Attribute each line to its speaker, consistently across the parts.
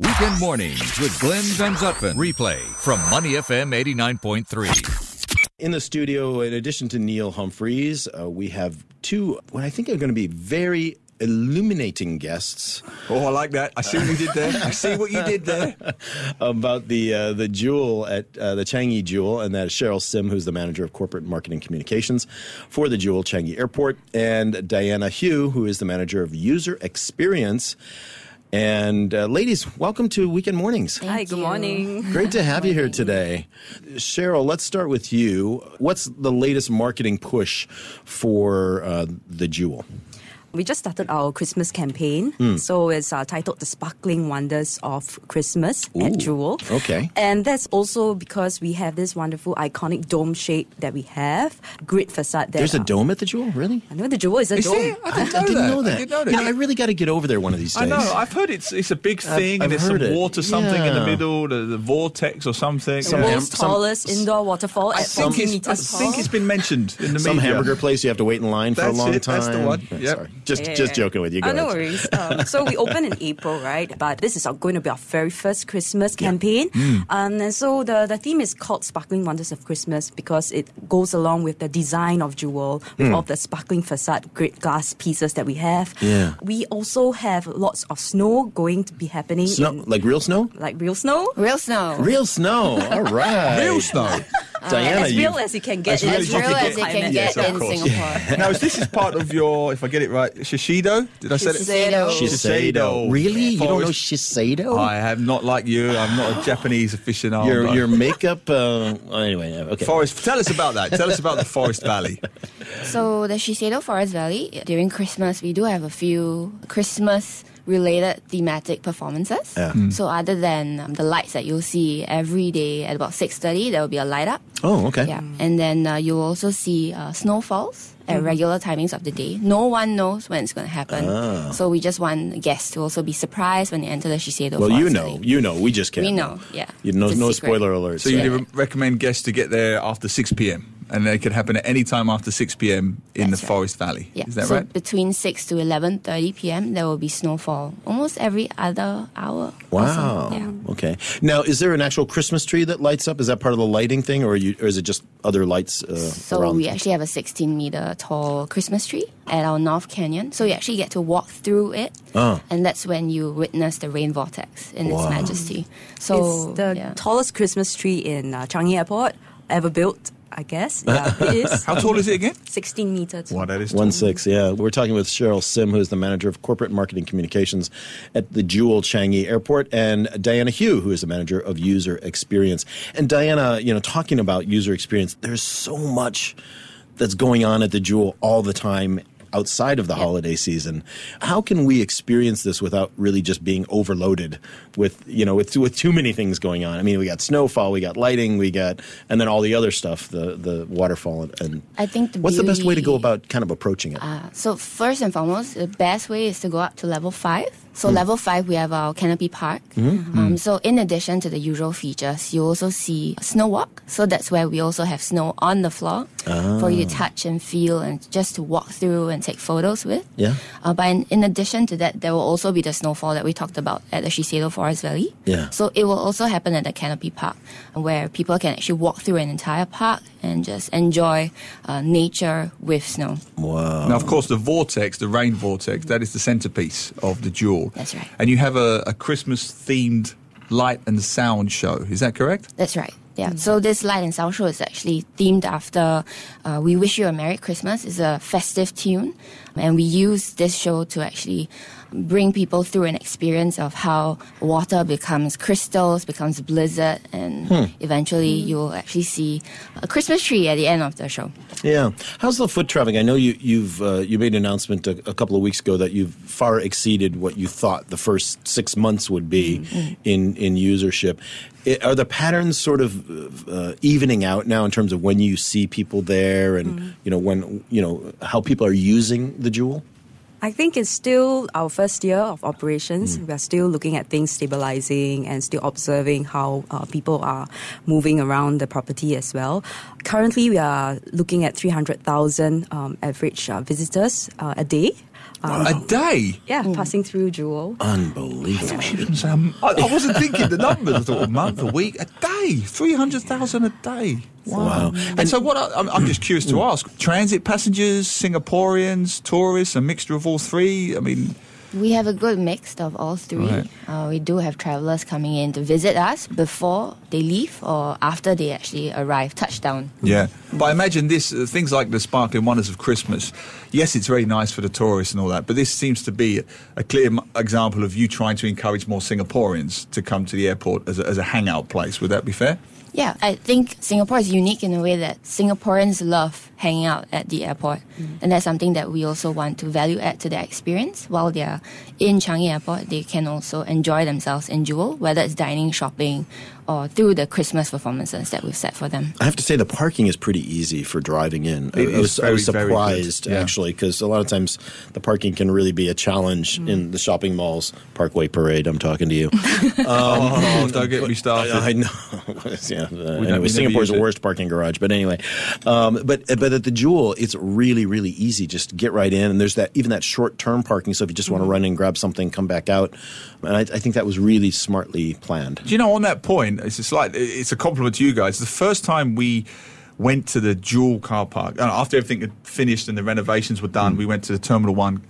Speaker 1: Weekend mornings with Glenn Van Zutphen. Replay from Money FM 89.3.
Speaker 2: In the studio, in addition to Neil Humphreys, uh, we have two, what I think are going to be very illuminating guests
Speaker 3: Oh, I like that. I see what you did there. I see what you did there.
Speaker 2: about the uh, the jewel at uh, the Changi Jewel, and that is Cheryl Sim, who's the manager of corporate marketing communications for the Jewel Changi Airport, and Diana Hugh, who is the manager of user experience. And uh, ladies, welcome to Weekend Mornings.
Speaker 4: Hi, good morning.
Speaker 2: Great to have you here today. Cheryl, let's start with you. What's the latest marketing push for uh, the Jewel?
Speaker 4: We just started our Christmas campaign. So it's uh, titled The Sparkling Wonders of Christmas
Speaker 2: Ooh,
Speaker 4: at Jewel.
Speaker 2: okay.
Speaker 4: And that's also because we have this wonderful iconic dome shape that we have, grid facade that.
Speaker 2: There's a
Speaker 4: uh,
Speaker 2: dome at the Jewel? Really?
Speaker 4: I know the Jewel is a
Speaker 3: Is
Speaker 4: dome.
Speaker 3: there? I didn't know
Speaker 2: I didn't
Speaker 3: that.
Speaker 2: know that.
Speaker 3: I didn't know
Speaker 2: You know,
Speaker 3: that.
Speaker 2: I really got to get over there one of these days.
Speaker 5: I know. I've heard it's it's a big thing,
Speaker 2: I've
Speaker 5: and there's some
Speaker 2: heard it.
Speaker 5: water something in
Speaker 2: Yeah.
Speaker 5: the middle, the, the vortex or something.
Speaker 4: The
Speaker 2: ham-
Speaker 4: world's
Speaker 2: some-
Speaker 4: tallest indoor waterfall
Speaker 5: I
Speaker 4: at
Speaker 5: think
Speaker 4: 40
Speaker 5: it's, I
Speaker 4: meters tall.
Speaker 5: think it's been mentioned in the
Speaker 2: Some
Speaker 5: media.
Speaker 2: hamburger place you have to wait in line for a
Speaker 5: That's
Speaker 2: long
Speaker 5: it.
Speaker 2: time.
Speaker 5: That's the one.
Speaker 2: Yeah,
Speaker 5: Yep.
Speaker 2: Sorry. Just,
Speaker 4: Yeah,
Speaker 2: just
Speaker 4: yeah.
Speaker 2: joking with you
Speaker 4: Oh,
Speaker 2: guys.
Speaker 4: no worries. Um, so we open in April, right? But this is our, going to be our very first Christmas campaign.
Speaker 2: Mm.
Speaker 4: Um, and so the, the theme is called Sparkling Wonders of Christmas because it goes along with the design of Jewel, with
Speaker 2: Mm.
Speaker 4: all the sparkling facade, great glass pieces that we have.
Speaker 2: Yeah.
Speaker 4: We also have lots of snow going to be happening.
Speaker 2: Snow,
Speaker 4: in-
Speaker 2: like real snow?
Speaker 4: like real snow?
Speaker 6: Real snow.
Speaker 2: Real snow. All right.
Speaker 3: Real snow.
Speaker 2: Diana,
Speaker 4: as real
Speaker 2: you-
Speaker 4: as it can get.
Speaker 2: real
Speaker 4: in
Speaker 2: as
Speaker 6: as
Speaker 2: you
Speaker 6: real
Speaker 4: Jewel
Speaker 6: as it can
Speaker 4: climate.
Speaker 6: get
Speaker 5: Yes, of
Speaker 6: in
Speaker 5: course.
Speaker 6: Singapore.
Speaker 3: Yeah.
Speaker 5: Now, is this is part of your, if I get it right, Shishido? Did I say it?
Speaker 6: Shiseido.
Speaker 2: Shiseido. Really? You don't know
Speaker 5: Forest-
Speaker 2: Shiseido?
Speaker 5: I am not like you. I'm not a Japanese aficionado.
Speaker 2: your,
Speaker 5: but-
Speaker 2: your makeup. Uh, well, anyway, yeah, okay.
Speaker 5: Forest, tell us about that. Tell us about the Forest Valley.
Speaker 6: So the Shiseido Forest Valley, during Christmas, we do have a few Christmas related thematic performances.
Speaker 2: Yeah.
Speaker 6: So other than um, the lights that you'll see every day at about 6.30, there will be a light up.
Speaker 2: Oh, okay.
Speaker 6: Yeah. And then uh, you'll also see uh, snowfalls at regular timings of the day. No one knows when it's going to happen. So we just want guests to also be surprised when they enter the Shiseido
Speaker 2: Well,
Speaker 6: Forest
Speaker 2: you know.
Speaker 6: Valley.
Speaker 2: You know. We just can't.
Speaker 6: We know, yeah.
Speaker 2: You know,
Speaker 6: It's a
Speaker 2: no
Speaker 6: secret.
Speaker 2: spoiler alert.
Speaker 5: So you re- recommend guests to get there after 6 p.m., and they could happen at any time after 6 p.m. in
Speaker 6: That's
Speaker 5: the
Speaker 6: right.
Speaker 5: Forest Valley.
Speaker 6: Yeah.
Speaker 5: Is that
Speaker 6: so
Speaker 5: right?
Speaker 6: between 6 to 11.30 p.m., there will be snowfall almost every other hour. or
Speaker 2: Wow.
Speaker 6: so. Yeah.
Speaker 2: Okay. Now, is there an actual Christmas tree that lights up? Is that part of the lighting thing, or, are you, or is it just other lights uh,
Speaker 6: So
Speaker 2: around?
Speaker 6: we actually have a 16 meter tall Christmas tree at our North Canyon. So you actually get to walk through it,
Speaker 2: Ah.
Speaker 6: and that's when you witness the rain vortex in
Speaker 2: Wow.
Speaker 6: its majesty. So
Speaker 4: It's the
Speaker 6: yeah.
Speaker 4: tallest Christmas tree in uh, Changi Airport ever built, I guess. Yeah, it is.
Speaker 5: How tall is it again?
Speaker 4: 16 meters.
Speaker 5: Wow, that is
Speaker 2: One six, yeah. We're talking with Cheryl Sim, who's the manager of corporate marketing communications at the Jewel Changi Airport, and Diana Hugh, who is the manager of user experience. And Diana, you know, talking about user experience, there's so much that's going on at the Jewel all the time outside of the holiday season. How can we experience this without really just being overloaded with, you know, with with too many things going on? I mean, we got snowfall, we got lighting, we got and then all the other stuff, the the waterfall and, and
Speaker 6: I think the
Speaker 2: What's the best way to go
Speaker 6: beauty-
Speaker 2: about kind of approaching it?
Speaker 6: Uh, so first and foremost, the best way is to go up to level five. So
Speaker 2: Hmm.
Speaker 6: level five, we have our canopy park. Um, so in addition to the usual features, you also see snow walk. So that's where we also have snow on the floor for you to
Speaker 2: Ah.
Speaker 6: touch and feel and just to walk through and take photos with.
Speaker 2: Yeah.
Speaker 6: Uh, but in, in addition to that, there will also be the snowfall that we talked about at the Shiseido Forest Valley.
Speaker 2: Yeah.
Speaker 6: So it will also happen at the canopy park, where people can actually walk through an entire park and just enjoy uh, nature with snow.
Speaker 2: Wow.
Speaker 5: Now, of course, the vortex, the rain vortex, that is the centerpiece of the jewel.
Speaker 6: That's right.
Speaker 5: And you have a, a Christmas themed light and sound show. Is that correct?
Speaker 6: That's right. Yeah. So this light and sound show is actually themed after uh, "We Wish You a Merry Christmas." is a festive tune, and we use this show to actually bring people through an experience of how water becomes crystals, becomes blizzard, and eventually you'll actually see a Christmas tree at the end of the show.
Speaker 2: Yeah. How's the foot traffic? I know you, you've uh, you made an announcement a, a couple of weeks ago that you've far exceeded what you thought the first six months would be
Speaker 6: Mm-hmm.
Speaker 2: in in usership. I are the patterns sort of uh, evening out now in terms of when you see people there and
Speaker 6: Mm-hmm.
Speaker 2: you know when you know how people are using the jewel?
Speaker 4: I think it's still our first year of operations.
Speaker 5: Hmm.
Speaker 4: We are still looking at things stabilizing and still observing how uh, people are moving around the property as well. Currently, we are looking at 300,000 um, average uh, visitors uh, a day. um,
Speaker 6: Oh.
Speaker 5: A day?
Speaker 4: yeah,
Speaker 6: Hmm.
Speaker 4: passing through Jewel.
Speaker 2: Unbelievable.
Speaker 5: Um, I, I wasn't thinking the numbers. I thought a month, a week, a day, 300,000 a day. Wow.
Speaker 2: Wow.
Speaker 5: And so, what I, I'm, I'm just curious to ask transit passengers, Singaporeans, tourists, a mixture of all three? I mean,
Speaker 6: We have a good mix of all three.
Speaker 5: Right.
Speaker 6: Uh, we do have travelers coming in to visit us before they leave or after they actually arrive, touchdown.
Speaker 5: Yeah, but I imagine this uh, things like the sparkling wonders of Christmas. Yes, it's very nice for the tourists and all that, but this seems to be a clear m- example of you trying to encourage more Singaporeans to come to the airport as a, as a hangout place. Would that be fair?
Speaker 6: Yeah, I think Singapore is unique in a way that Singaporeans love hanging out at the airport. And that's something that we also want to value add to their experience. While they're in Changi Airport, they can also enjoy themselves in Jewel, whether it's dining, shopping, or through the Christmas performances that we've set for them.
Speaker 2: I have to say the parking is pretty easy for driving in. I,
Speaker 5: It
Speaker 2: I
Speaker 5: is
Speaker 2: was, I was
Speaker 5: very, very good.
Speaker 2: surprised
Speaker 5: Yeah.
Speaker 2: actually because a lot of times the parking can really be a challenge in the shopping malls. Parkway Parade, I'm talking to you.
Speaker 5: oh, don't get me started.
Speaker 2: I know. yeah. uh,
Speaker 5: we
Speaker 2: anyway,
Speaker 5: never
Speaker 2: Singapore's
Speaker 5: used
Speaker 2: the
Speaker 5: it.
Speaker 2: worst parking garage, but anyway, um, but but at the Jewel, it's really really easy. Just get right in, and there's that even that short term parking. So if you just want to run in, grab something, come back out, and I, I think that was really smartly planned.
Speaker 5: Do you know on that point? It's a slight. It's a compliment to you guys. The first time we went to the dual car park, and after everything had finished and the renovations were done, we went to the terminal one.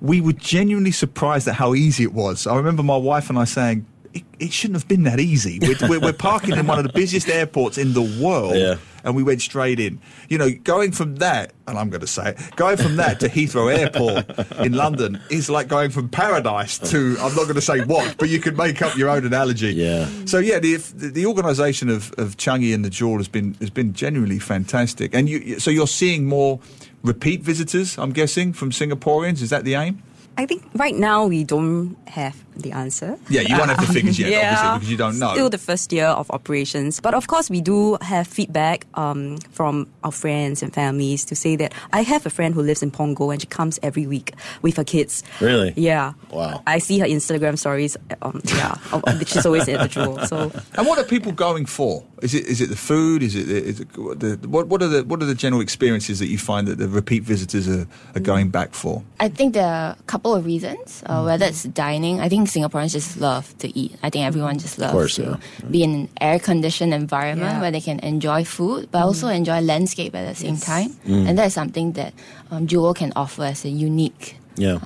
Speaker 5: We were genuinely surprised at how easy it was. I remember my wife and I saying. It, it shouldn't have been that easy. We're, we're, we're parking in one of the busiest airports in the world,
Speaker 2: Yeah.
Speaker 5: and we went straight in. You know, going from that, and I'm going to say it, going from that to Heathrow Airport in London is like going from paradise to I'm not going to say what, but you could make up your own analogy.
Speaker 2: Yeah.
Speaker 5: So yeah, the the, the organisation of, of Changi and the Jewel has been has been genuinely fantastic, and you so you're seeing more repeat visitors, I'm guessing, from Singaporeans. Is that the aim?
Speaker 4: I think right now we don't have the answer.
Speaker 5: Yeah, you won't have the figures yet, obviously, because you don't know.
Speaker 4: Still the first year of operations. But of course, we do have feedback um, from our friends and families to say that I have a friend who lives in Pongo and she comes every week with her kids.
Speaker 2: Really?
Speaker 4: Yeah.
Speaker 2: Wow.
Speaker 4: I see her Instagram stories. Um, yeah. of- of- she's always at the jewel. So
Speaker 5: And what are people going for? Is it is it the food? Is it the, is it the what what are the what are the general experiences that you find that the repeat visitors are, are going back for?
Speaker 6: I think there are a couple of reasons,
Speaker 2: Mm-hmm.
Speaker 6: uh, whether it's dining. I think Singaporeans just love to eat. I think everyone just loves
Speaker 2: course,
Speaker 6: to
Speaker 2: yeah.
Speaker 6: be in an air conditioned environment
Speaker 4: Yeah. Mm-hmm.
Speaker 6: where they can enjoy food, but also enjoy landscape at the same time.
Speaker 2: Mm.
Speaker 6: And that's something that um, Jewel can offer as a unique.
Speaker 2: Yeah,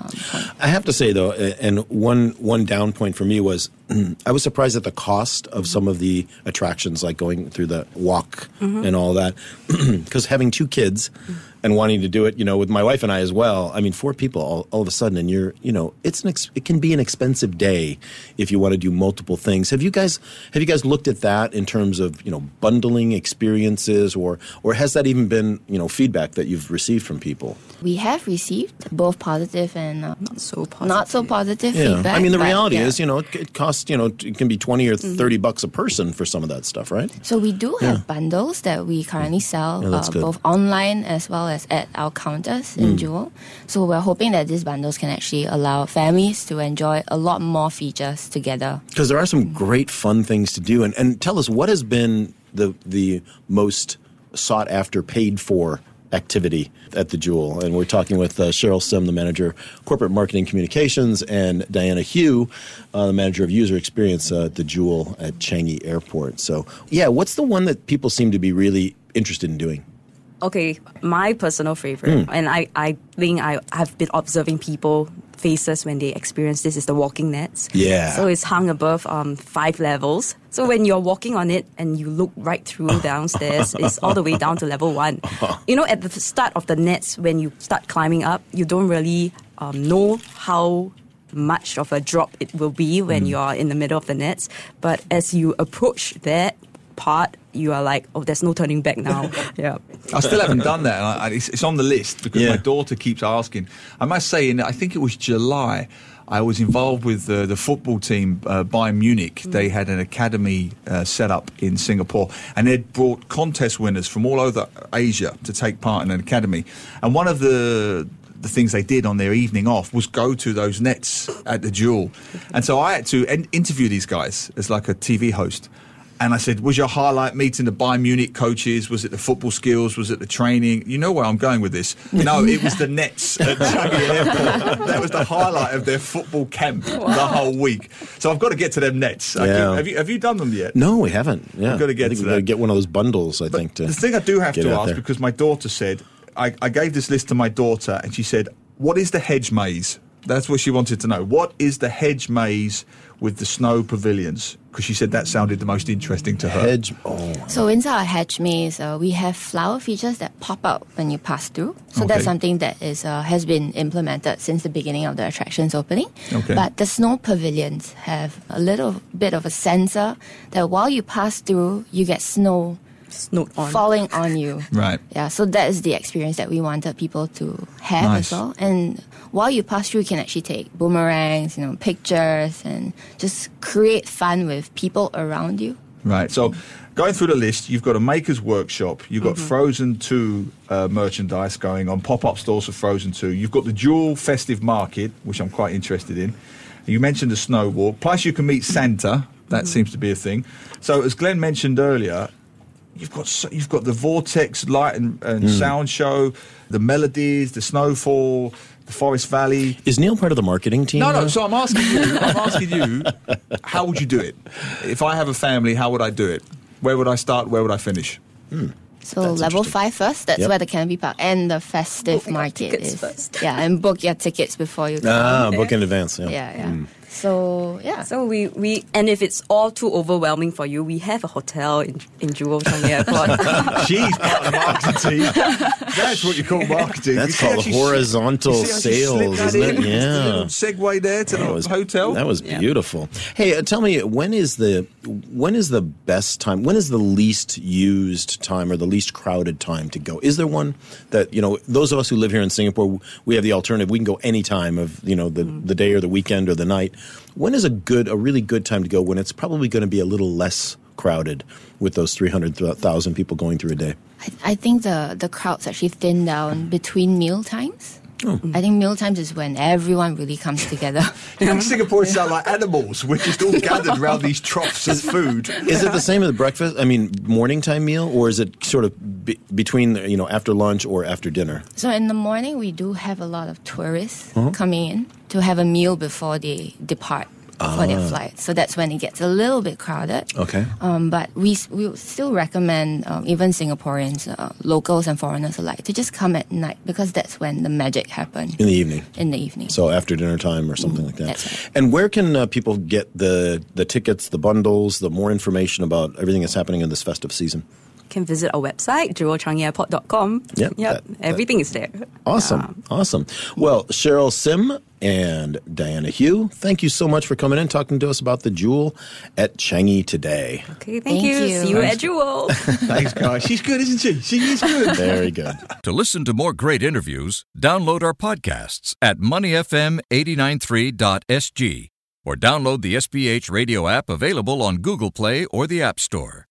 Speaker 2: I have to say though, a- and one one down point for me was I was surprised at the cost of some of the attractions, like going through the walk and all that, because having two kids and wanting to do it, you know, with my wife and I as well. I mean, four people all, all of a sudden, and you're, you know, it's an ex- it can be an expensive day if you want to do multiple things. Have you guys have you guys looked at that in terms of you know bundling experiences, or or has that even been you know feedback that you've received from people?
Speaker 6: We have received both positive and uh,
Speaker 4: not so positive.
Speaker 6: not so positive
Speaker 2: Yeah,
Speaker 6: feedback.
Speaker 2: I mean the
Speaker 6: but
Speaker 2: reality
Speaker 6: yeah. Mm-hmm.
Speaker 2: is, you know, it, it costs, you know, it can be twenty or 30 bucks a person for some of that stuff, right?
Speaker 6: So we do have bundles that we currently sell
Speaker 2: Yeah, that's
Speaker 6: uh,
Speaker 2: good.
Speaker 6: both online as well as at our counters in Jewel. So we're hoping that these bundles can actually allow families to enjoy a lot more features together.
Speaker 2: Because there are some great fun things to do. And and tell us what has been the the most sought after, paid for activity at the Jewel. And we're talking with uh, Cheryl Sim, the manager, corporate marketing communications, and Diana Hugh, uh, the manager of user experience uh, at the Jewel at Changi Airport. So yeah, what's the one that people seem to be really interested in doing?
Speaker 4: okay, my personal favorite, and I, I think I have been observing people faces when they experience this is the walking nets.
Speaker 2: Yeah.
Speaker 4: So it's hung above um, five levels. So when you're walking on it and you look right through downstairs, it's all the way down to level one. You know, at the start of the nets, when you start climbing up, you don't really um, know how much of a drop it will be when you are in the middle of the nets. But as you approach that part, you are like, oh, there's no turning back now. yeah.
Speaker 5: I still haven't done that. And I, I- it's, it's on the list because
Speaker 2: Yeah.
Speaker 5: my daughter keeps asking. I must say, in I think it was July, I was involved with the, the football team uh, Bayern Munich. They had an academy uh, set up in Singapore, and they'd brought contest winners from all over Asia to take part in an academy. And one of the the things they did on their evening off was go to those nets at the duel. And so I had to en- interview these guys as like a TV host. And I said, Was your highlight meeting the Bayern Munich coaches? Was it the football skills? Was it the training? You know where I'm going with this. No, it was the nets at Changi Airport. That was the highlight of their football camp the whole week. So I've got to get to them nets. I
Speaker 2: Yeah.
Speaker 5: keep- have, you, have you done them yet?
Speaker 2: No, we haven't. Yeah,
Speaker 5: We've gotta
Speaker 2: I
Speaker 5: get
Speaker 2: think we've
Speaker 5: to
Speaker 2: got to
Speaker 5: that.
Speaker 2: get one of those bundles. I
Speaker 5: But
Speaker 2: think. To
Speaker 5: the thing I do have
Speaker 2: get
Speaker 5: to
Speaker 2: out
Speaker 5: ask
Speaker 2: there.
Speaker 5: because my daughter said I, I gave this list to my daughter and she said, "What is the hedge maze?" That's what she wanted to know. What is the hedge maze with the snow pavilions? Because she said that sounded the most interesting to her.
Speaker 2: hedge. Oh,
Speaker 6: So inside our hedge maze, uh, we have flower features that pop out when you pass through. So
Speaker 5: Okay.
Speaker 6: that's something that is uh, has been implemented since the beginning of the attraction's opening.
Speaker 5: Okay.
Speaker 6: But the snow pavilions have a little bit of a sensor that while you pass through, you get snow
Speaker 4: Snowed on.
Speaker 6: falling on you.
Speaker 5: Right.
Speaker 6: Yeah, so that is the experience that we wanted people to have
Speaker 5: Nice.
Speaker 6: as well. And while you pass through, you can actually take boomerangs, you know, pictures, and just create fun with people around you.
Speaker 5: Right. So, going through the list, you've got a maker's workshop, you've got Frozen 2 uh, merchandise going on, pop up stores for Frozen 2, you've got the dual festive market, which I'm quite interested in. You mentioned the snow walk, plus you can meet Santa. That seems to be a thing. So, as Glenn mentioned earlier, You've got so, you've got the vortex light and, and sound show, the melodies, the snowfall, the forest valley.
Speaker 2: is Neil part of the marketing team?
Speaker 5: No, no.
Speaker 2: now?
Speaker 5: So I'm asking you. I'm asking you. How would you do it? If I have a family, how would I do it? Where would I start? Where would I finish?
Speaker 6: So level five first. That's
Speaker 2: Yep.
Speaker 6: where the Canopy Park and the festive
Speaker 4: Book your
Speaker 6: market
Speaker 4: tickets
Speaker 6: is.
Speaker 4: first.
Speaker 6: Yeah, and book your tickets before you.
Speaker 2: ah, Mm.
Speaker 6: come.
Speaker 2: book in advance. Yeah.
Speaker 6: yeah, yeah. So yeah.
Speaker 4: So we, we and if it's all too overwhelming for you, we have a hotel in in Jewel Changi Airport.
Speaker 5: She's part of the marketing team. That's what you call marketing.
Speaker 2: That's
Speaker 5: You see how
Speaker 2: called
Speaker 5: she-
Speaker 2: horizontal
Speaker 5: you see how she
Speaker 2: sales,
Speaker 5: slipped that
Speaker 2: isn't it?
Speaker 5: in? Just a
Speaker 2: Yeah.
Speaker 5: little Segue there to the
Speaker 2: That was-
Speaker 5: hotel.
Speaker 2: That was
Speaker 4: Yeah.
Speaker 2: beautiful. Hey, uh, tell me when is the when is the best time? When is the least used time or the least crowded time to go? Is there one that you know? Those of us who live here in Singapore, we have the alternative. We can go any time of you know the the day or the weekend or the night. When is a good a really good time to go? When it's probably going to be a little less crowded with those three hundred thousand people going through a day.
Speaker 6: I, I think the the crowds actually thin down between meal times.
Speaker 2: Oh.
Speaker 6: I think meal times is when everyone really comes together.
Speaker 5: You make Singaporeans sound like animals. We're just all gathered around these troughs of food.
Speaker 2: Is it the same as breakfast? I mean, morning time meal, or is it sort of be- between you know after lunch or after dinner?
Speaker 6: so in the morning, we do have a lot of tourists
Speaker 2: Hmm?
Speaker 6: coming in to have a meal before they depart for
Speaker 2: Ah.
Speaker 6: their flight. So that's when it gets a little bit crowded.
Speaker 2: Okay.
Speaker 6: Um, but we, s- we would still recommend um, even Singaporeans, uh, locals and foreigners alike, to just come at night because that's when the magic happens
Speaker 2: In the evening.
Speaker 6: in the evening.
Speaker 2: So after dinner time or something like that.
Speaker 6: that's right.
Speaker 2: And where can uh, people get the the tickets, the bundles, the more information about everything that's happening in this festive season?
Speaker 4: you can visit our website, jewelchangiairport.com.
Speaker 2: Yep,
Speaker 4: Yep.
Speaker 2: that- that-
Speaker 4: Everything is there.
Speaker 2: Awesome, awesome. Well, Cheryl Sim and Diana Hugh, thank you so much for coming in talking to us about the jewel at Changi today.
Speaker 4: Okay, thank,
Speaker 6: Thank
Speaker 4: you.
Speaker 6: you.
Speaker 4: See you
Speaker 5: Thanks.
Speaker 4: at Jewel.
Speaker 5: Thanks, guys. She's good, isn't she? She is good.
Speaker 2: Very good.
Speaker 1: To listen to more great interviews, download our podcasts at moneyfm893.sg or download the SBH radio app available on Google Play or the App Store.